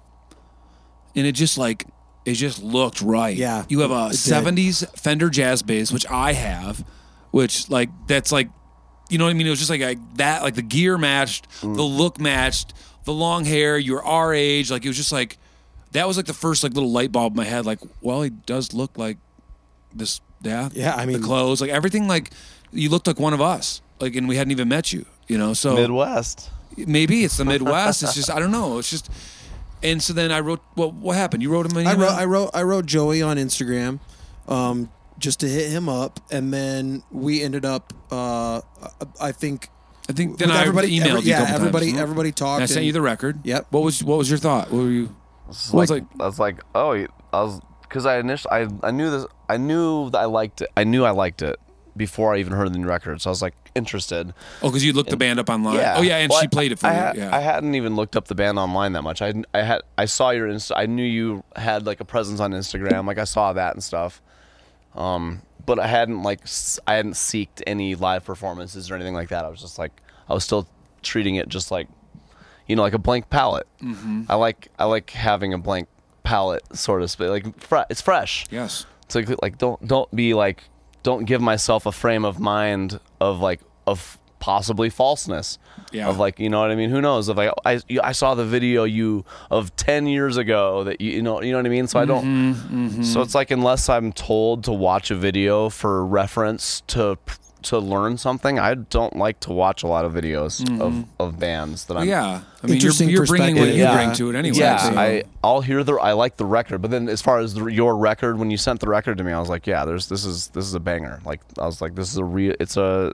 S2: and it just like it just looked right.
S3: Yeah,
S2: you have
S3: it
S2: a
S3: did.
S2: '70s Fender Jazz Bass, which I have, which like that's like, you know what I mean? It was just like I, that, like the gear matched,
S3: Mm.
S2: the look matched, the long hair, you're our age. Like it was just like that was like the first like little light bulb in my head. Like, well, he does look like this. Yeah,
S3: Yeah, I mean-
S2: the clothes, like everything, like you looked like one of us. Like, and we hadn't even met you. You know, so
S4: Midwest.
S2: maybe it's the Midwest. it's just I don't know. It's just, and so then I wrote. Well, what happened? You wrote him an
S3: I
S2: email.
S3: wrote, I wrote, I wrote Joey on Instagram, um, just to hit him up, and then we ended up. Uh, I think
S2: I think then
S3: with
S2: I
S3: everybody,
S2: emailed
S3: every-
S2: you. a
S3: yeah,
S2: couple
S3: everybody,
S2: times. Mm-hmm.
S3: everybody talked.
S2: And I sent
S3: and-
S2: you the record.
S3: Yep.
S2: What was what was your thought? What were you?
S4: It's
S2: Well, it's
S4: like,
S2: like-
S4: I was like, oh, you- I was because I initially I, I knew this I knew that I liked it I knew I liked it before I even heard the new record so I was like interested
S2: Oh, because you looked the band up online. Oh yeah, and
S4: Well,
S2: she played it for
S4: I,
S2: you.
S4: I, had-
S2: yeah.
S4: I hadn't even looked up the band online that much I I had I saw your Insta I knew you had like a presence on Instagram like I saw that and stuff um but I hadn't like s- I hadn't seeked any live performances or anything like that I was just like I was still treating it just like you know, like a blank palette.
S2: Mm-hmm.
S4: I like I like having a blank palette sort of space. Like fre- it's fresh.
S2: yes.
S4: So like, like don't don't be like don't give myself a frame of mind of like of possibly falseness.
S2: Yeah.
S4: Of like you know what I mean? Who knows? Of like I you- I saw the video you of ten years ago that you, you know you know what I mean. So I don't.
S2: Mm-hmm,
S4: So it's like unless I'm told to watch a video for reference to to learn something, I don't like to watch a lot of videos of, of bands that I'm.
S2: Mm-hmm. Oh, yeah. I mean, you're,
S3: Interesting
S2: you're bringing what you
S3: perspective. Yeah.
S2: bring to it anyway.
S4: Yeah,
S2: so-
S4: I I'll hear the I like the record, but then as far as the, your record, when you sent the record to me, I was like, yeah, there's this is this is a banger. Like I was like, this is a real, it's a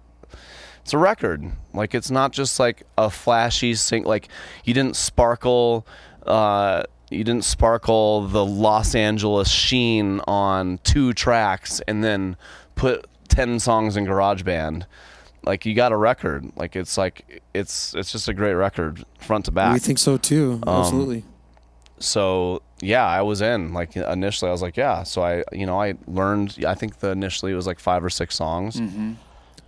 S4: it's a record. Like it's not just like a flashy sing. Like you didn't sparkle, uh, you didn't sparkle the Los Angeles sheen on two tracks and then put ten songs in GarageBand. Like you got a record. Like it's like it's it's just a great record front to back
S3: We think so too. Absolutely.
S4: so yeah, I was in. Like initially, I was like, yeah. So I, you know, I learned. I think the initially it was like five or six songs,
S3: Mm-hmm.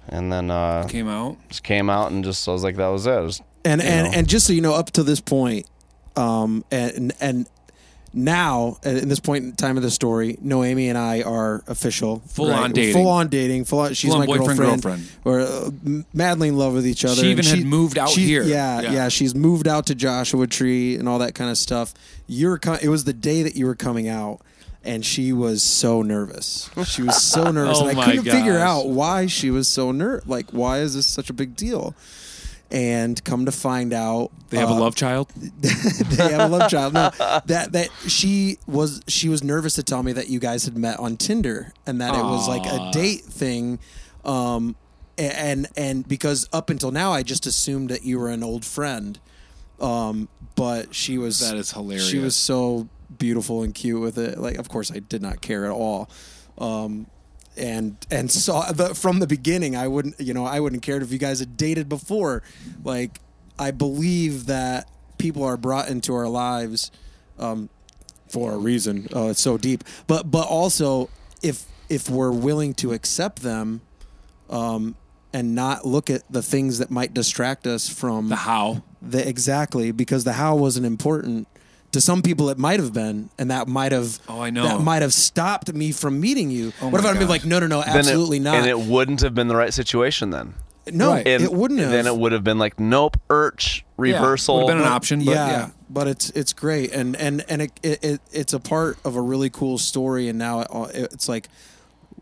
S4: and then uh,
S2: came out.
S4: just came out and just I was like, that was it. It was-
S3: and
S4: you
S3: and,
S4: know.
S3: and just so you know, up to this point, um, and and now at in this point in time of the story, Noemi and I are official,
S2: Full on dating.
S3: full on dating, full on. She's
S2: Full on
S3: my
S2: boyfriend,
S3: girlfriend,
S2: girlfriend.
S3: We're uh, m- madly in love with each other.
S2: She even
S3: And
S2: had moved out
S3: she-
S2: here.
S3: Yeah,
S2: Yeah.
S3: yeah, She's moved out to Joshua Tree and all that kind of stuff. You're com- it was the day that you were coming out. And she was so nervous. She
S2: *laughs*
S3: was so nervous,
S2: Oh
S3: and I
S2: my
S3: couldn't figure
S2: gosh.
S3: out why she was so ner. Like, why is this such a big deal? and come to find out
S2: They have a
S3: uh,
S2: love child.
S3: *laughs* they have a love child.
S2: *laughs*
S3: No, that that she was she was nervous to tell me that you guys had met on Tinder and that it was like a date thing. Um, a- and and because up until now I just assumed that you were an old friend. Um, but she was
S2: That is
S3: She
S2: hilarious.
S3: was so beautiful and cute with it. Like, of course, I did not care at all. Um, and and saw the, from the beginning, I wouldn't, you know, I wouldn't cared if you guys had dated before. Like, I believe that people are brought into our lives um, for a reason. Uh, it's so deep, but but also if if we're willing to accept them. Um, and not look at the things that might distract us from
S2: The how.
S3: the exactly because the how wasn't important to some people it might have been and that might have
S2: Oh, I know.
S3: that might have stopped me from meeting you
S2: Oh
S3: what if
S2: my
S3: i'd been
S2: gosh.
S3: like no no no
S4: then it-
S3: absolutely not
S4: And it wouldn't have been the right situation then.
S3: no
S2: Right.
S4: And
S3: it wouldn't have
S4: Then it would have been like, nope, urch, reversal.
S2: Would have been an option, but
S3: yeah,
S2: yeah.
S3: but it's it's great and and and it, it, it it's a part of a really cool story and now it, uh, it's like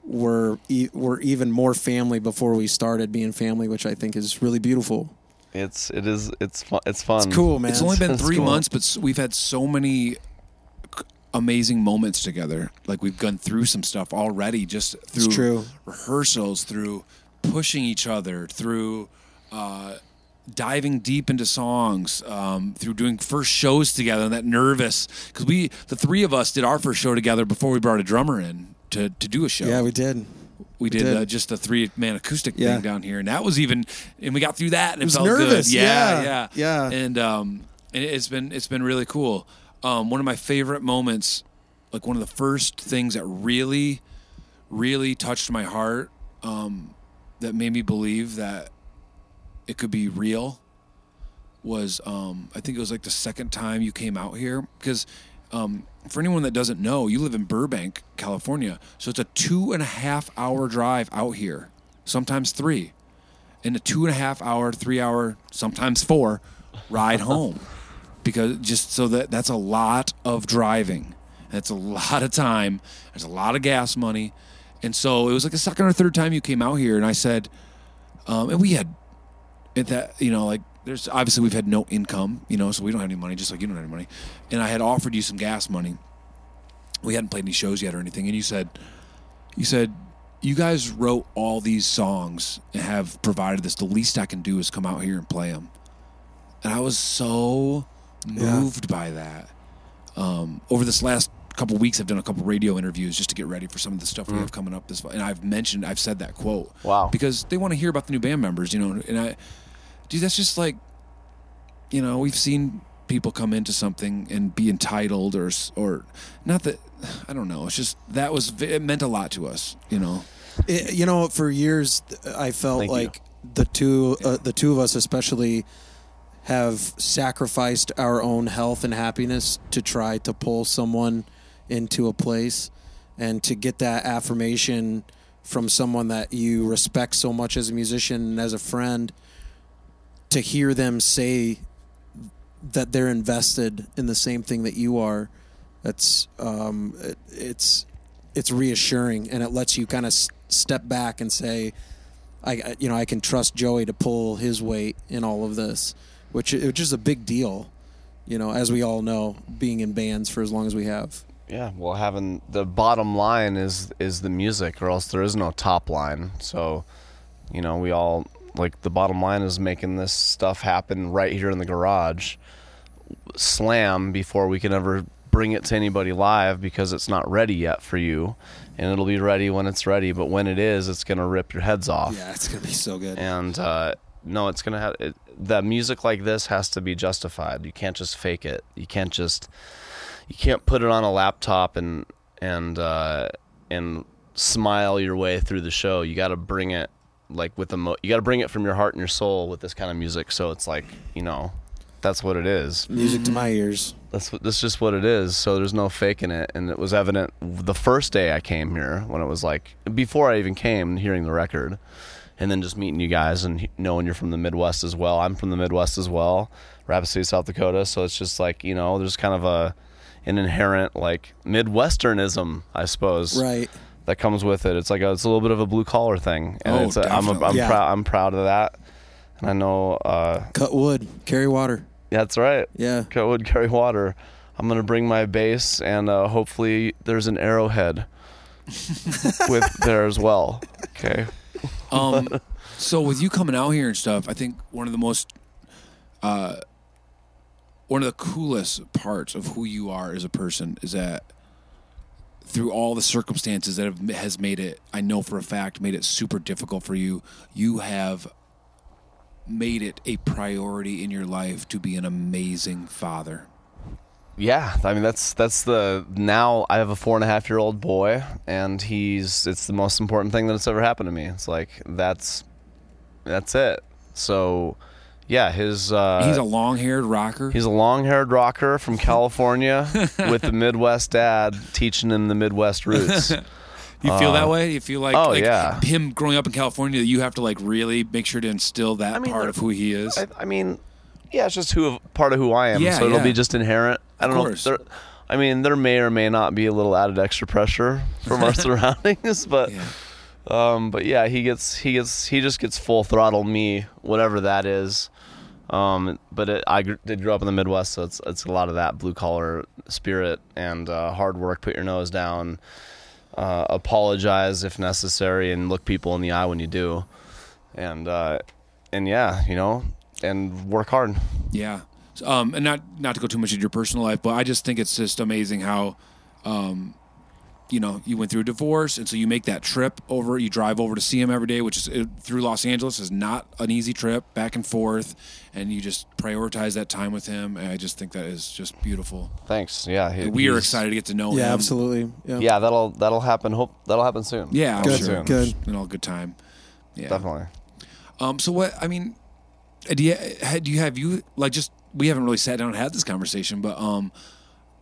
S3: we're e- we're even more family before we started being family which i think is really beautiful
S4: It's it is it's fun. It's fun.
S3: it's cool man
S2: Hmm. It's only been
S4: That's
S2: three
S4: cool.
S2: months, but s- we've had so many c- amazing moments together. Like we've gone through some stuff already, just through
S3: true.
S2: rehearsals, through pushing each other, through uh, diving deep into songs, um, through doing first shows together. And that nervous because we, the three of us, did our first show together before we brought a drummer in to to do a show.
S3: yeah we did
S2: We did,
S3: did.
S2: Uh, just the three man acoustic
S3: Yeah.
S2: thing down here, and that was even, and we got through that, and it,
S3: was
S2: felt
S3: nervous,
S2: good. Yeah, yeah,
S3: yeah, yeah.
S2: And um, and it's been it's been really cool. Um, one of my favorite moments, like one of the first things that really, really touched my heart, um, that made me believe that it could be real, was um, I think it was like the second time you came out here because. Um, for anyone that doesn't know, you live in Burbank, California, so it's a two and a half hour drive out here, sometimes three, and a two and a half hour, three hour, sometimes four ride home, because just so that that's a lot of driving, that's a lot of time, that's a lot of gas money, and so it was like the second or third time you came out here, and I said, um, and we had at that you know like there's obviously we've had no income you know so we don't have any money just like you don't have any money and i had offered you some gas money we hadn't played any shows yet or anything and you said you said you guys wrote all these songs and have provided this the least i can do is come out here and play them and i was so moved by that um, over this last couple weeks i've done a couple radio interviews just to get ready for some of the stuff we have coming up this and i've mentioned i've said that quote
S4: Wow.
S2: because they want to hear about the new band members you know and i dude, that's just like, you know, we've seen people come into something and be entitled or or not that I don't know. It's just that was it meant a lot to us, you know.
S3: It, you know, for years th- I felt
S4: Thank you.
S3: like the two, uh, the two of us especially, have sacrificed our own health and happiness to try to pull someone into a place, and to get that affirmation from someone that you respect so much as a musician and as a friend, to hear them say that they're invested in the same thing that you are that's um it, it's it's reassuring and it lets you kind of s- step back and say I you know I can trust Joey to pull his weight in all of this, which which is a big deal, you know, as we all know, being in bands for as long as we have.
S4: Yeah, well, having the bottom line is is the music, or else there is no top line. So, you know, we all like the bottom line is making this stuff happen right here in the garage, slam before we can ever bring it to anybody live because it's not ready yet for you, and it'll be ready when it's ready. But when it is, it's gonna rip your heads off.
S3: Yeah, it's gonna be so good.
S4: And uh, no, it's gonna have it, that music like this has to be justified. You can't just fake it. You can't just you can't put it on a laptop and and uh, and smile your way through the show. You got to bring it like with the mo- you got to bring it from your heart and your soul with this kind of music. So it's like you know, that's what it is.
S3: Music to my ears.
S4: That's what that's just what it is. So there's no faking it, and it was evident the first day I came here when it was like before I even came, hearing the record. And then just meeting you guys and he- knowing you're from the Midwest as well. I'm from the Midwest as well, Rapid City, South Dakota. So it's just like you know, there's kind of a an inherent like midwesternism, I suppose.
S3: Right.
S4: That comes with it. It's like a, it's a little bit of a blue collar thing, and
S2: Oh,
S4: it's a, I'm a, I'm
S2: definitely.
S3: Yeah.
S4: proud I'm proud of that, and I know uh,
S3: Cut wood, carry water.
S4: that's right.
S3: Yeah.
S4: I would *laughs* carry water. I'm gonna bring my base, and uh, hopefully there's an
S2: *laughs*
S4: arrowhead with there as well. Okay. *laughs*
S2: Um, so with you coming out here and stuff, I think one of the most, uh, one of the coolest parts of who you are as a person is that through all the circumstances that have, has made it, I know for a fact, made it super difficult for you. You have made it a priority in your life to be an amazing father.
S4: Yeah, I mean that's that's the now I have a four and a half year old boy, and he's it's the most important thing that's ever happened to me. It's like that's that's it. So yeah, his uh,
S2: he's a long-haired rocker.
S4: He's a long haired
S2: *laughs*
S4: rocker from California with the Midwest dad teaching him the
S2: *laughs*
S4: Midwest roots.
S2: You feel that way? You feel like,
S4: oh,
S2: like
S4: yeah.
S2: him growing up in California, you have to like really make sure to instill that
S4: mean,
S2: part
S4: the-
S2: of who he is.
S4: I, I mean, yeah, it's just who part of who I am.
S2: Yeah,
S4: so it'll
S2: yeah.
S4: be just inherent. I don't know. If
S2: course.
S4: there, I mean, there may or may not be a little added
S2: *laughs*
S4: extra pressure from our surroundings, but
S2: yeah.
S4: um, but yeah, he gets he gets he just gets full throttle me, whatever that is. Um, but it, I gr- did grow up in the Midwest, so it's it's a lot of that blue collar spirit and uh, hard work. Put your nose down, uh, apologize if necessary, and look people in the eye when you do, and uh, and yeah, you know, and work hard.
S2: Yeah. So, Um, and not not to go too much into your personal life, but I just think it's just amazing how, um, you know, you went through a divorce, and so you make that trip over. You drive over to see him every day, which is uh, through Los Angeles is not an easy trip, back and forth, and you just prioritize that time with him. And I just think that is just beautiful.
S4: Thanks. Yeah, he-
S2: We are
S4: he's-
S2: excited to get to know him.
S3: Yeah, absolutely. Yeah.
S4: Yeah, that'll that'll happen. Hope that'll happen soon.
S2: Yeah, I'm
S3: Good.
S2: sure.
S3: Good.
S2: And all good time. Yeah.
S4: definitely.
S2: Um, so what I mean, uh, do you, had- do you have you like just we haven't really sat down and had this conversation, but um,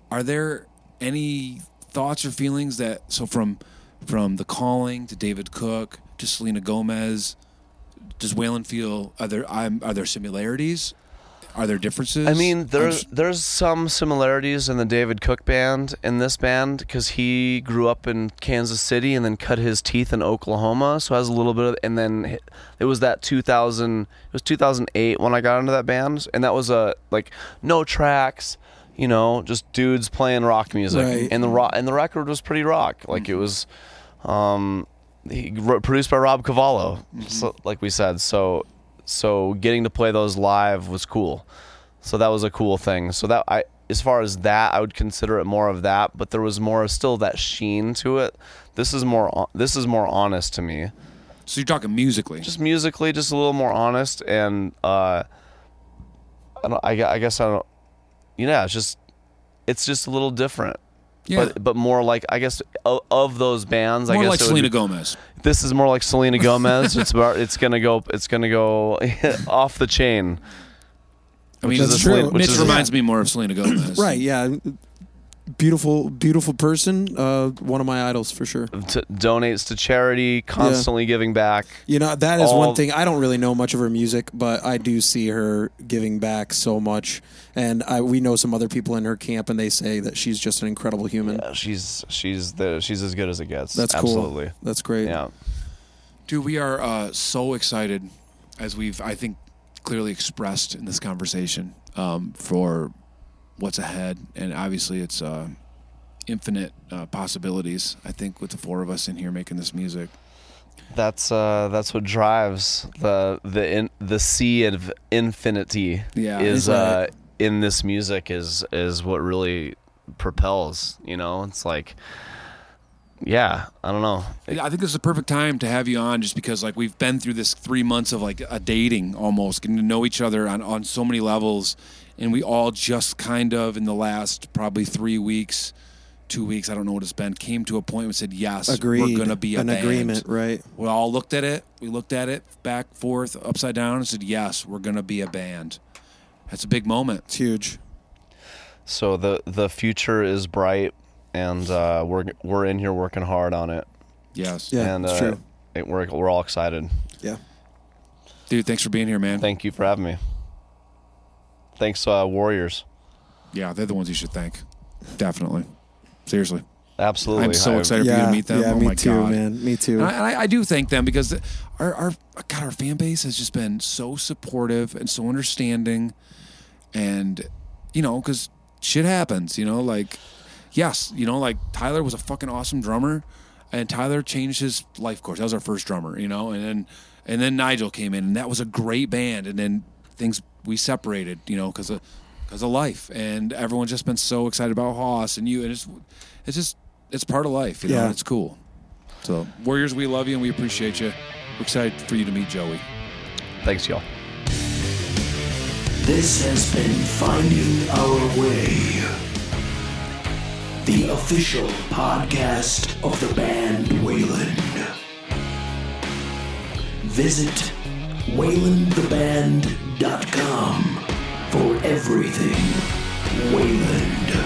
S2: are there any thoughts or feelings that so from from the calling to David Cook to Selena Gomez, does Whalen feel are there I'm, are there similarities? Are there differences?
S4: I mean,
S2: I'm
S4: there's
S2: just-
S4: there's some similarities in the David Cook band and this band because he grew up in Kansas City and then cut his teeth in Oklahoma, so has a little bit of. And then h- it was that 2000, it was 2008 when I got into that band, and that was a like no tracks, you know, just dudes playing rock music,
S3: Right.
S4: and the rock and the record was pretty rock, like it was. Um, he wrote, produced by Rob Cavallo, so, like we said. So, so getting to play those live was cool. So that was a cool thing. So that I, as far as that, I would consider it more of that. But there was more still that sheen to it. This is more. hon- This is more honest to me.
S2: so you're talking musically.
S4: Just musically, just a little more honest, and uh, I don't. I, gu- I guess I don't. You know, it's just, it's just a little different.
S2: yeah.
S4: But but more like I guess of, of those bands, I
S2: more
S4: guess
S2: like
S4: it would
S2: Selena
S4: be-
S2: Gomez.
S4: this is more
S2: *laughs*
S4: like Selena Gomez. it's about, it's gonna go it's gonna go *laughs* off the chain.
S2: I mean,
S4: is
S3: That's
S4: a
S3: true.
S4: Selena- which
S2: Mitch
S4: is a-
S2: reminds me more of Selena Gomez.
S3: Right. Yeah. Beautiful, beautiful person. Uh, one of my idols for sure.
S4: t- donates to charity, constantly giving back.
S3: You know, that is
S4: All-
S3: one thing. I don't really know much of her music, but I do see her giving back so much. And I, we know some other people in her camp, and they say that she's just an incredible human.
S4: She's she's Uh, the she's as good as it gets.
S3: That's cool.
S4: absolutely.
S3: That's great.
S4: Yeah.
S2: Dude, we are uh, so excited, as we've, I think, clearly expressed in this conversation, um, for what's ahead. And obviously, it's uh, infinite uh, possibilities, I think, with the four of us in here making this music.
S4: That's uh, that's what drives the the in, the sea of infinity.
S2: Yeah,
S4: is
S2: isn't
S4: uh, in this music is is what really propels. You know, it's like, yeah, I don't know.
S2: Yeah, I think this is the perfect time to have you on, just because like we've been through this three months of like a dating almost, getting to know each other on on so many levels, and we all just kind of in the last probably three weeks, two weeks, I don't know what it's been, came to a point and said yes,
S3: Agreed.
S2: we're gonna be a
S3: an
S2: band.
S3: agreement, right?
S2: We all looked at it, we looked at it back, forth, upside down, and said yes, we're gonna be a band. That's a big moment.
S3: It's huge.
S4: So the the future is bright, and uh, we're we're in here working hard on it.
S2: Yes,
S3: Yeah,
S4: and
S3: it's
S4: uh,
S3: true.
S4: it- we're we're all excited.
S3: Yeah.
S2: dude, thanks for being here, man.
S4: Thank you for having me. Thanks, uh, Warriors.
S2: yeah, they're the ones you should thank, definitely, seriously.
S4: Absolutely.
S2: I'm so
S4: I-
S2: excited for you to meet them.
S3: Yeah,
S2: oh
S3: me
S2: my
S3: too,
S2: god,
S3: man. Me too.
S2: And I, and I, I do thank them because our, our God, our fan base has just been so supportive and so understanding, and you know, because shit happens. You know, like yes, you know, like Tyler was a fucking awesome drummer, and Tyler changed his life course. That was our first drummer, you know, and then and then Nigel came in, and that was a great band, and then things we separated, you know, because of because of life, and everyone's just been so excited about Haas and you, and it's it's just it's part of life, you know,
S3: Yeah.
S2: it's cool. So, Warriors, we love you and we appreciate you. We're excited for you to meet Joey.
S4: Thanks, y'all.
S1: This has been Finding Our Way, the official podcast of the band Wayland. Visit waylandtheband.com for everything Wayland.